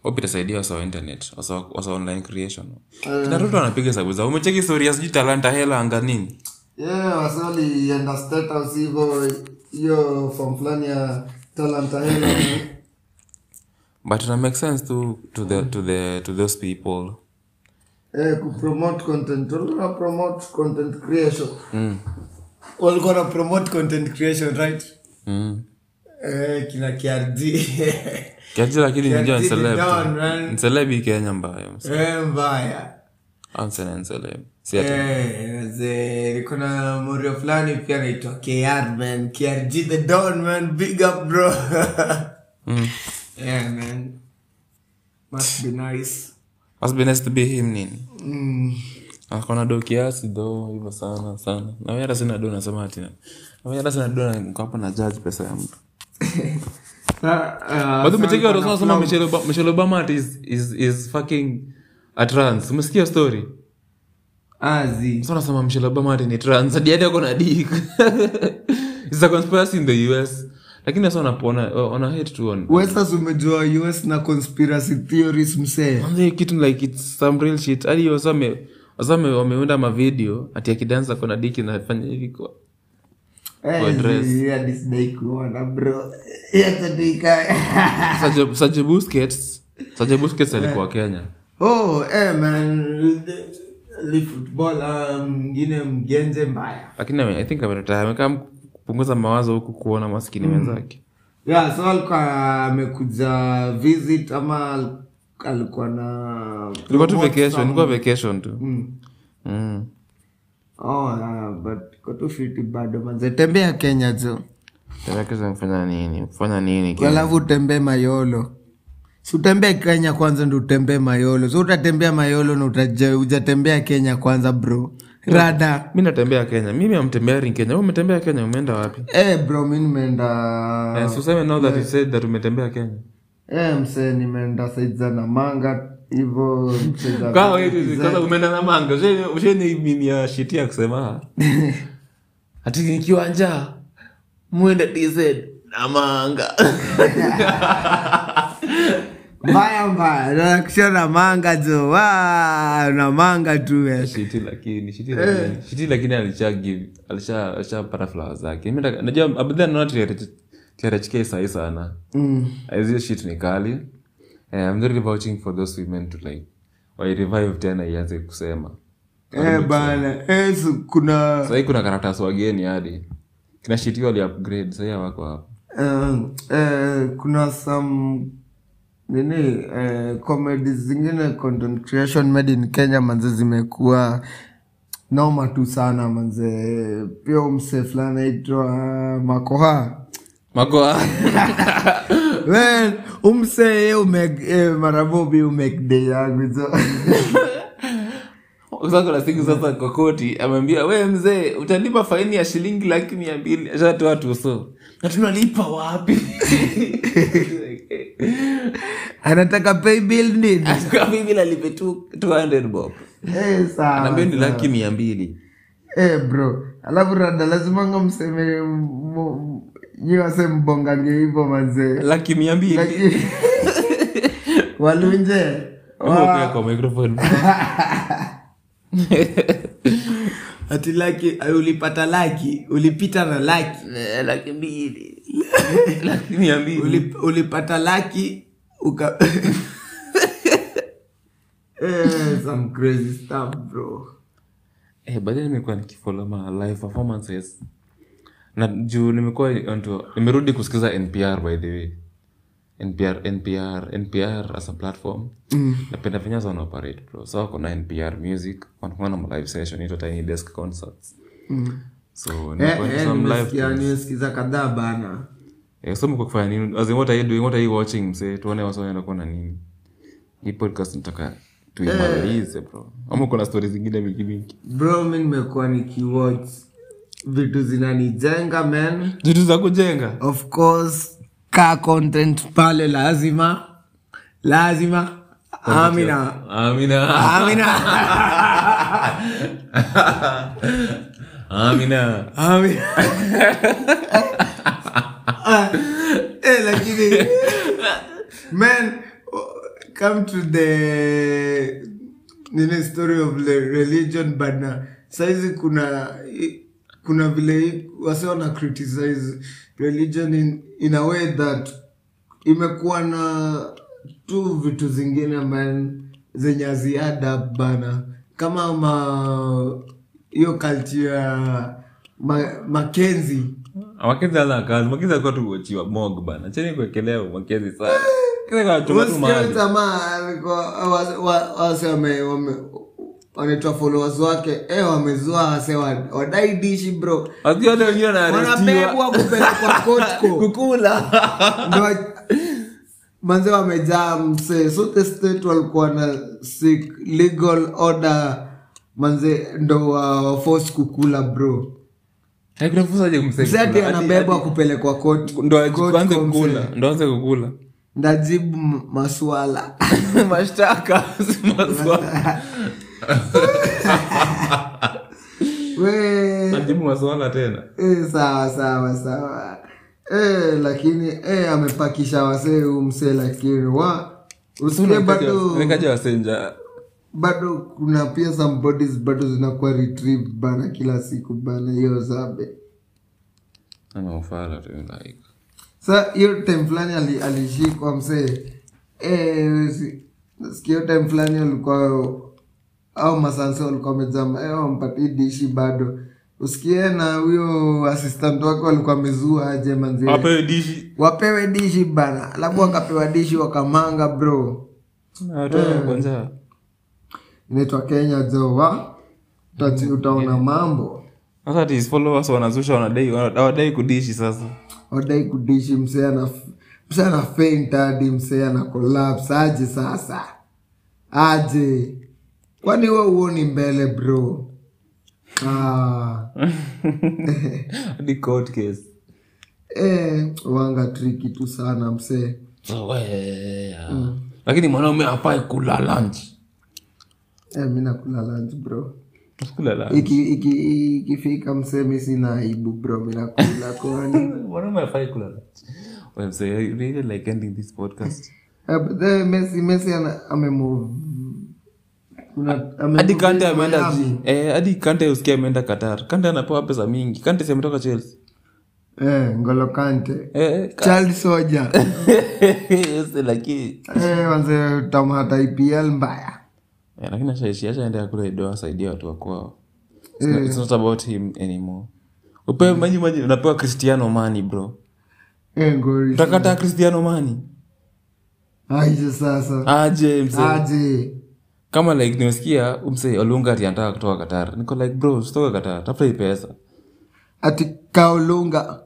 S6: hope itasaidia wasa wa internet wasa wa- wasa wa online creation
S5: Eh.
S6: kina Ruto anapiga hesabu zao umecheki historia sijui talanta hela anga nini
S5: yeah wasalienda state house hivo hiyo fom fulani ya talanta hela
S6: but ina make sense to to the to the to those people
S5: eh, kupromote content walikuwa na promote content creation walikuwa na promote content creation right
S6: mm.
S5: eh, kina KRD.
S6: kiaji lakini nijua
S5: Kiaji ni
S6: nseleb
S5: down, man.
S6: nseleb hii kenya mbayo
S5: eh, mbaya
S6: amsena nseleb si ati
S5: Eh, ze- kuna morio fulani pia naitwa kr man krg the don man big up bro yeah man must be nice
S6: must be nice to be him nini
S5: Mm.
S6: akona do kiasi do hivyo sana sana na mimi hata sina do nasema ati na na mimi hata sina do na- niko hapo na judge pesa ya mtu
S5: Sa-
S6: But
S5: uh,
S6: umecheki watu wanasema
S5: sana-
S6: Michelle Obama- Michelle Obama ati is is is fucking a trans umesikia story
S5: Ah, zi.
S6: Sasa unasema Michelle Obama ati ni trans hadi hadi ako na dick. It's a conspiracy in the US. Lakini sasa wanapona wana hate tu on.
S5: We sasa umejua us na conspiracy theories msee
S6: Manze kitu like it's some real shit. Hadi wasame wasame wameunda ma video ati akidansa ako na dick na afanya hivi kwa. Kwa
S5: Eh,
S6: dress.
S5: adisidaikiona bro yatadika
S6: Saje Saje Busquets. Saje Busquets alikuwa Kenya.
S5: oh eh, man li footballer mwingine mgenze mbaya
S6: Lakini I think ametaka amekaa kupunguza mawazo huku kuona maskini wenzake.
S5: yeah so alikuwa amekuja visit ama al- alikuwa na
S6: Ilikuwa tu
S5: promote
S6: vacation,
S5: some-
S6: ilikuwa vacation tu. Mm.
S5: oh, ah, but kotu fiti bado manze tembea kenya jo
S6: kufanya nini kufanya nini Kenya?
S5: alafu utembee mayolo si utembee kenya kwanza ndi utembee mayolo so utatembea mayolo na utaje- hujatembea kenya kwanza bro rada
S6: mi natembea kenya mimi amtembeari kenya Wewe umetembea kenya umeenda wapi
S5: Eh, bro mi nimeenda
S6: Eh, so useme now that you said that umetembea kenya
S5: Eh, msee nimeenda said za namanga hivo msee za-
S6: Kwa hiyo hizi, kwanza umeenda na manga Usheni- usheni mimi ya shiti ya kusema ati nikiwa njaa mwende tz na manga
S5: mbaya mbaya nakisha namanga jo wa, namanga tu eh.
S6: shiti lakini shiti lakini shiti lakini alisha give alisha alisha para flowers zake mimi nataka- najua abudhi naona trhk sahi sana hizo shit ni kali Eh, I'm really vouching for those women to like wai revive tena ianze kusema
S5: Eh, bana eh, su- kuna
S6: sahii kuna karatasi wageni hadi kina shiti wali upgrade sahii hawako hapo
S5: eh, eh, kuna some nini eh, comedy zingine content creation made in kenya manze zimekuwa noma tu sana manze pia umse fulani aitwa ah, makoha
S6: makoa
S5: Man, umse eh, marabobi umekde yangu so.
S6: Sasa kuna siku sasa kokoti ameambia we mzee utalipa faini ya shilingi laki mia mbili ashatoa tuso na tunalipa wapi
S5: anataka pay bill nini
S6: kamivil alipe tu- 200 bob
S5: Eh, sawa,
S6: anaambia ni
S5: sawa.
S6: laki mia mbili
S5: Eh, bro alafu rada lazimanga mseme nyiwase mbongange hivo manze
S6: laki mia mbili
S5: Laki- walunje
S6: Ongea kwa microphone.
S5: ati laki ulipata laki ulipita na laki
S6: Eh, laki mbili laki mia mbili
S5: Uli- ulipata laki uka Eh, some crazy stuff bro
S6: Eh, baadaye nimekuwa nikifollow ma live performances na juu nimekuwa onto nimerudi kusikiza npr by the way npr npr npr as a platform napenda venye sana operate bro so wako na npr music wanakuwa na live session ito tiny desk concerts Mm. so nimekuwa to some live tunes.
S5: Eh, nimesikiza kadhaa bana
S6: Eh, so mko kufanya nini as in what are you doing what are you watching mse tuone wasa wanaenda kuona nini hii podcast nataka tuimalize bro ama kuna stories zingine mingi mingi
S5: bro mi nimekuwa nikiwatch vitu zinanijenga man
S6: vitu za kujenga
S5: of course ka content pale lazima lazima amina
S6: amina
S5: amina
S6: amina
S5: amina eh, lakini man oh, come to the nini story of the religion but na saizi kuna kuna vile wase wana criticize religion in, in a way that imekuwa na tu vitu zingine man zenye haziada bana kama ma hiyo culture ya ma, makenzi
S6: makezi ana kazi makezi alikuwa tuochiwa mog bana cheni kuekelea makezi sana Kila kwa chuma tu mahali.
S5: wase wanaitwa followers wake eh, wamezua wase wa- wadai dishi bro
S6: Wasikia wale wengine
S5: wanabebwa
S6: wanaarestiwa
S5: kupelekwa kotko
S6: kukula
S5: Ndo- manze wamejaa msee so the state walikuwa na sick legal order manze ndo wa- wa force kukula bro
S6: Eh, kuna fursa aje kumsaidia
S5: Msee ati
S6: kukula? Ati-
S5: anabebwa kupelekwa kot
S6: ati- ndo aje-
S5: kot-
S6: kuanze
S5: kwa msee.
S6: kukula ndo anze kukula
S5: ndajibu m- maswala
S6: mashtaka si maswala
S5: Wee.
S6: najibu maswala tena
S5: Eh, sawa sawa sawa Eh, lakini eh, amepakisha wasee huyu msee lakini wa usikie bado
S6: nikaja wasenja
S5: bado kuna pia some bodies bado zinakuwa retrieved bana kila siku bana hiyo zabe
S6: anaufala tu like
S5: sa hiyo time fulani ali- alishikwa msee eh, si- sikia hiyo time fulani walikuwa au masanse walikuwa wamejama eh, wampatii dishi bado usikie na huyo assistant wake walikuwa wamezua aje manzi
S6: wapewe dishi
S5: wapewe dishi bana alafu wakapewa dishi wakamanga bro Eh.
S6: Na watoto wako njaa.
S5: inaitwa kenya jowa Utati- utaona mambo
S6: sasa ati his followers wanazusha wanadai wana- hawadai kudishi sasa
S5: wadai kudishi msee ana msee ana faint hadi msee ana collapse aje sasa aje kwani we uoni mbele bro ah,
S6: hadi court case
S5: eh, wanga triki tu sana msee
S6: So, eh, ah. lakini mwanaume apai kula lunch
S5: eh, mi nakula lunch bro
S6: kula lunch
S5: ikifika iki, iki ikifika msee mi sina aibu bro mi nakula kwani
S6: mwanaume afai kula lunch Well, so I really like ending this podcast
S5: Eh, but then messi messi ana- amemove Kuna- amemove
S6: hadi kante ameenda
S5: Miami.
S6: eh, hadi kante usikia ameenda qatar kante anapewa pesa mingi kante si ametoka chelsea
S5: eh, ngolo kante
S6: eh, ka-
S5: child soldier
S6: Yes, lakini
S5: eh, wanze tamata ipl mbaya
S6: Eh, lakini ashaishi ashaendea kule doa asaidia watu wakwao It's
S8: Mm.
S6: not- it's not about him anymore upewe maji maji unapewa cristiano mani bro
S5: eh, ngori
S6: utakata cristiano mani
S5: aise sasa
S6: aje mse
S5: aje
S6: kama like nimesikia umse olunga ati anataka kutoka qatar niko like bro usitoke qatar tafuta hii pesa
S5: ati kaolunga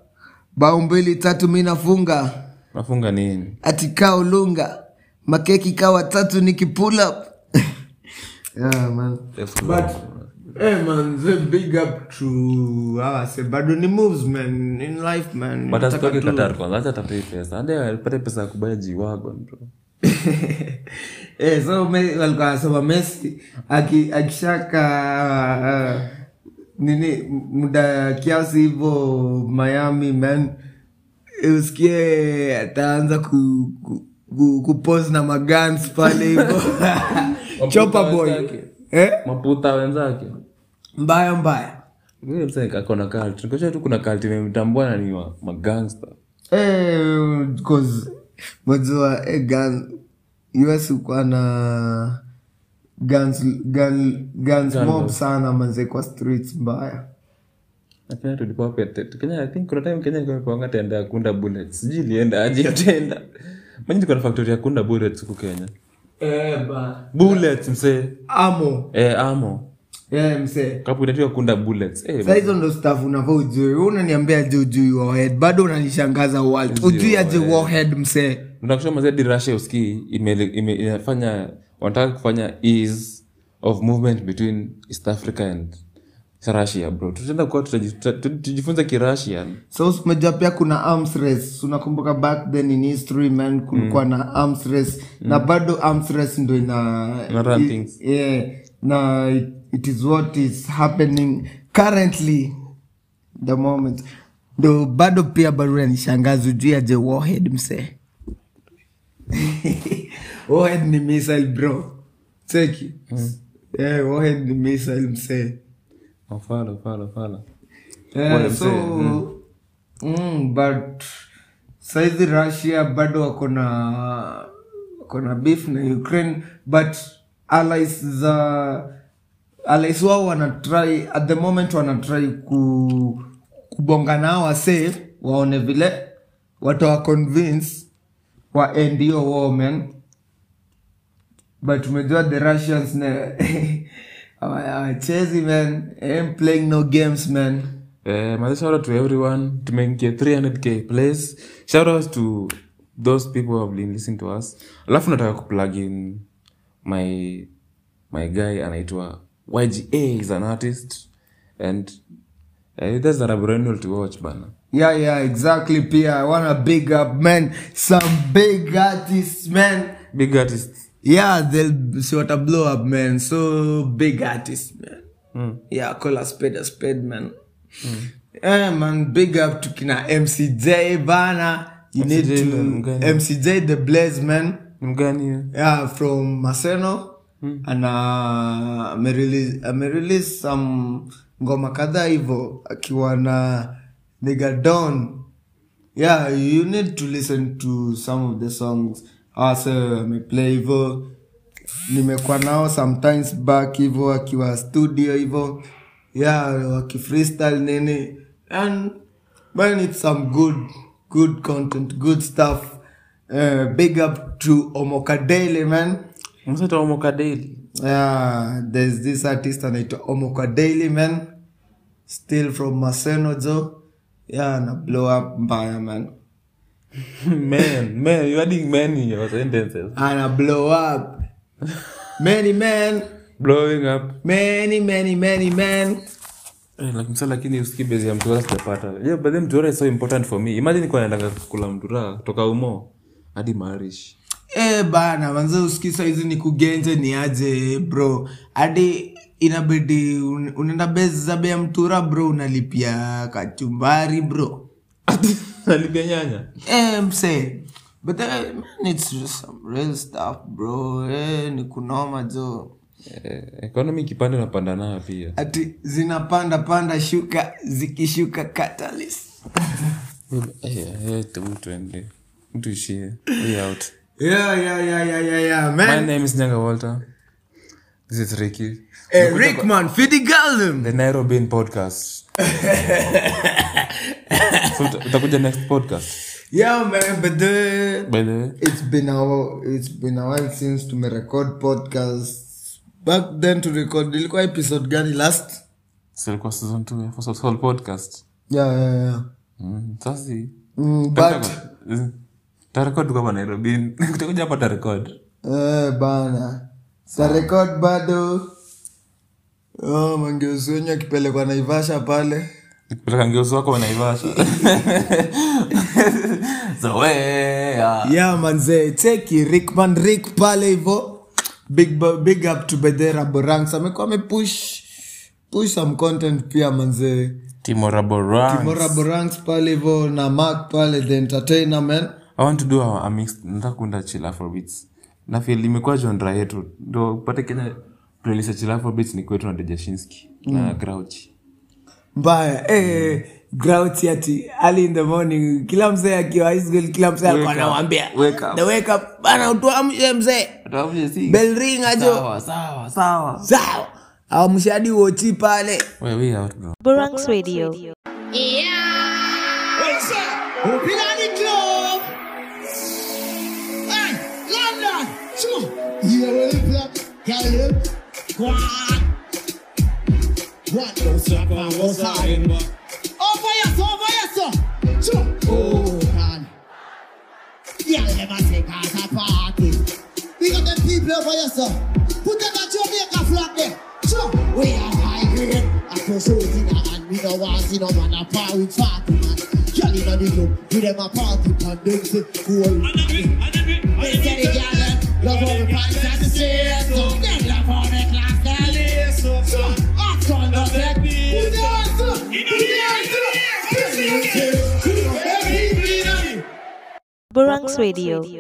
S5: bao mbili tatu mi nafunga
S6: unafunga nini
S5: ati kaolunga makeki kawa tatu ni kipulap yeah, man.
S8: but eh, man the big up to awase bado ni moves man in life man
S6: but
S8: Nataka
S6: asitoke
S8: tu-
S6: qatar kwanza acha tafuta hii pesa hadi apate pesa ya kubaya jiwagon bro
S8: eh, so me- walikuwa wanasema messi aki- akishaka ah, nini muda kiasi hivyo miami man eh, usikie ataanza ku, ku, ku, kupose na magans pale hivo chopa boy
S6: wenzake.
S8: eh?
S6: maputa wenzake
S8: mbaya mbaya
S6: Yule mse akona cult. Nikosha tu kuna cult imemtambua na ni wa- magangster
S5: Eh, cause mwajua eh, gun us ukuwa na guns, gun, guns mob sana manze kwa streets mbaya
S6: Na Kenya tulikuwa pia te- Kenya, I think kuna time Kenya ilikuwa imepanga tenda ya kunda bullets. Sijui ilienda aje hiyo tenda. Maji kuna factory ya kunda bullets huko Kenya. Bullets mse.
S5: amo
S6: Eh amo.
S5: yeah, msee
S6: Kampuni yetu ya kunda bullets. Eh
S5: Sa hizo ndo staff unavaa ujui Wewe unaniambia je ujui warhead bado unanishangaza world ujui aje warhead msee
S6: tunakusha mzee di Russia usikii ime- ime- inafanya wanataka kufanya ease of movement between East Africa and Russia bro. Tutaenda kwa tujifunze Kirussian.
S5: so umejua pia kuna arms race unakumbuka back then in history man kulikuwa
S6: Mm.
S5: na arms race na bado arms race ndo ina
S6: Na run
S5: i-
S6: things.
S5: yeah, na it, it is what is happening currently the moment ndo bado pia barua nishangazi juu aje warhead msee
S8: Warhead ni missile bro cheki
S6: Mm.
S8: eh, warhead ni missile msee
S6: Ofala, ofala, ofala. Pole
S8: Eh,
S6: mzee.
S8: so mm, but saizi russia bado wako na wako na beef na ukraine but allies za allies wao wanatry at the moment wanatry ku, kubonga nao wasee waone vile watawa convince waend hiyo woman but umejua the russians na hawa- hawachezi man I'm playing no games man
S6: Uh, my shout out to everyone to make a 300k place. Shout out to those people who have been listening to us. Alafu nataka kuplug in my my guy anaitwa YGA is an artist and uh, there's a referendum to watch bana.
S8: Yeah, yeah, exactly. Pia, I want to big up, man. Some big artists, man.
S6: Big artist.
S8: Yeah, they'll sort of blow up, man. So big artists, man. Yeah, call a spade a spade, man. Yeah, man. Big up to Kina MCJ, bana. You need
S6: MCJ,
S8: to
S6: Mgani.
S8: MCJ the Blaze, man.
S6: Ni mgani huyo?
S8: Yeah, from Maseno. And uh, amerelease amerelease some ngoma kadhaa hivo akiwa na nigga Don. Yeah, you need to listen to some of the songs hasa ameplay hivo. Nimekuwa nao sometimes back hivo akiwa studio hivo. Yeah, wakifreestyle nini and man it's some good
S5: Eh,
S8: good content, good stuff. Uh, big up to Omokadele man.
S6: msataomoka daily
S5: Yeah, there's this artist anaitwa omoka daily man still from maseno jo yeah, ana blow up mbaya man
S6: men men you adding men in your sentences
S5: ana blow up many men
S6: blowing up
S5: many many many men
S6: Eh, like, msa lakini usiki bezi ya mtura sijapata yeah, but then mtura is so important for me imagine nikuwa naendanga kula mtura kutoka umo hadi marish
S5: e bana manze usikii saizi ni kugenje ni aje bro hadi inabidi un- unaenda bezi za bea mtura bro unalipia kachumbari bro
S6: nalipia nyanya
S5: Eh, mse but uh, man, it's just some real stuff bro eh, ni kunoma jo
S6: eh, economy kipande unapanda nayo pia
S5: ati zinapanda panda shuka zikishuka catalyst
S6: Eh, eh, tu twende tuishie way out
S5: yeah, yeah, yeah, yeah, yeah, yeah,
S6: my
S5: man.
S6: name is nyanga walter this is ricky
S5: Eh, Rickman, Fidi Galden.
S6: the nairobian podcast so uta- utakuja next podcast
S5: Yeah, man, but eh, the...
S6: by the way
S5: it's been a while, it's been a while since tumerecord podcast back then to record ilikuwa episode gani last
S6: silikuwa season 2 ya First of All podcast
S5: yeah, yeah, yeah.
S6: mm, sasi
S5: Mm, but
S6: tarekod kama nairobi kutakuja hapa tarekod
S5: eh, bana tarekod bado oh, mangeuzi wenyu akipelekwa naivasha pale
S6: kupeleka ngeuzi wako naivasha zoea
S5: yeah manze cheki rickman rick pale hivo big, bu- big up to bedera boranks amekuwa amepush push some content pia manzee Mora
S6: timoraborang
S5: Borangs pale hivo na Mark pale the entertainer man.
S6: i want to do a, a mix nataka kuenda chila for bits na feel imekuwa genre yetu ndo upate kenya playlist ya chila for bits ni kwetu na dejashinski
S5: Mm.
S6: na grouch
S5: Mbaya eh, grouchy ati early in the morning kila mzee akiwa high school kila mzee alikuwa
S6: Wake up,
S5: anawambia
S6: wake up.
S5: the wake up bana utuamshe mzee bell ring ajo sawa amshadi uochi pale
S6: Wewe, we out bro
S3: Burangs Radio. Burangs Radio.